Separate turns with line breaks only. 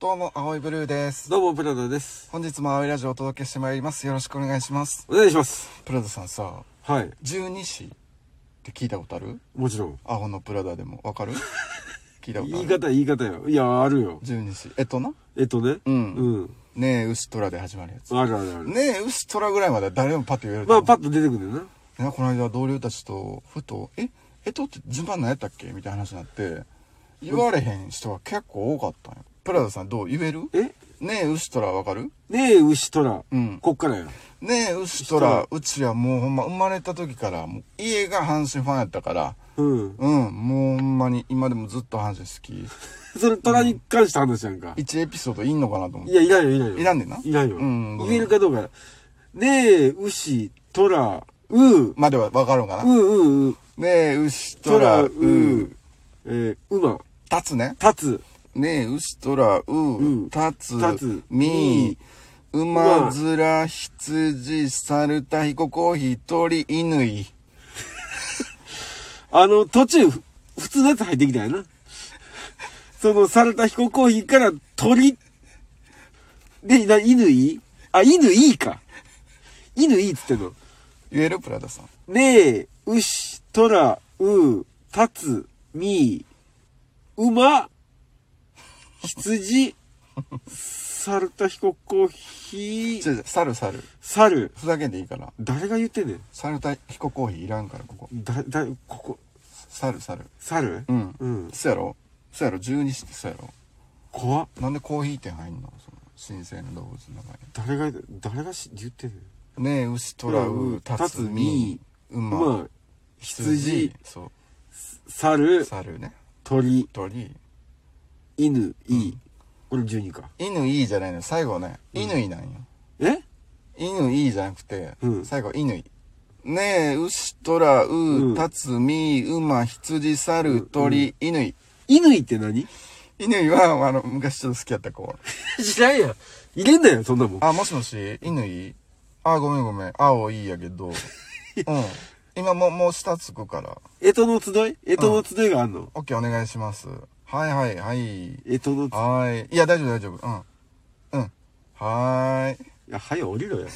どうも、青いブルーです。
どうも、プラダです。
本日も青いラジオをお届けしてまいります。よろしくお願いします。
お願いします。
プラダさんさ、
はい。
十二支って聞いたことある
もちろん。
青のプラダでも。わか る聞いたことあ
言い
る
方、言い方よ。いや、あるよ。
十二支。えっとな。
えっとね。
うん
うん。
ねえ、牛虎で始まるやつ。
あるあるある。
ねえ、牛虎ぐらいまで誰もパッと言えると
ま
思
あ、
う。
パッと出てくるんだよ
ねこの間同僚たちと、ふと、え、えっとって順番何やったっけみたいな話になって、言われへん人が結構多かったんよ。プラダさんどう言える
な。え
ねえ、牛虎わかる
ねえ、牛虎。
うん
こっからよ。
ねえ、ウシトラ、うちはもうほんま生まれた時から、もう家が阪神ファンやったから、
うん。
うん、もうほんまに今でもずっと阪神好
それ、虎に関して話やんか
き。。1エピソードいんのかなと思っ
い
て。
や、いらんよ、いらんよ。
いらんねんない
らんよ。
うん
言えるかどうか。ねえ、牛、虎、う、う、
まではわかるんかな。
う、う、
ねえ、ウシトラ、
虎、
う
う、えー、馬、
立つね。
立つ、
ねえ、ウシトラ、う、
う
立つ、
立つ
み
み、
馬ずら、羊、猿、タヒコ、コーヒー、鳥、犬い。
あの、途中、ふ普通のやつ入ってきたよな。その、サルタヒココーヒーから鳥、で、な、犬いいあ、犬いいか。犬いいっつってんの。
言えるプラダさん。
ねえ、牛、虎、う、たつ、み、馬、羊、サルタヒココーヒ
ちょちょ、
ー、
猿、猿。
猿。
ふざけんでいいから。
誰が言ってんねん。
猿、タヒコ、コーヒーいらんから、ここ。
だ、だ、ここ、
猿、猿。
猿
うん
うん。
そやろそやろ12時ってそやろ
怖っ。
なんでコーヒー店入んのその新生の動物の中
誰が、誰がし言ってんねん。
にねえ牛トラウタツミ馬、
まあ、
羊
羊、
そ
猿
う、猿ね
鳥、
鳥
犬、いい。これ12か。
犬いいじゃないの最後ね犬いなんよ、
え
犬いいじゃなくて、
うん
最後犬いねえ牛トラウ
ん
タツミ馬羊猿鳥犬い
犬って何
犬いはあの昔ちょっと好きやった子
知らんやん。入れんなよ、そんなもん。
あ、もしもし、犬いいあ、ごめんごめん。青いいやけど。うん。今もう、もう下つくから。
えとの集いえとの集いがあんの
オッケーお願いします。はいはいはい。
えとのつ、
はーい。いや、大丈夫大丈夫。うん。うん。はーい。
いや、早よ降りろや。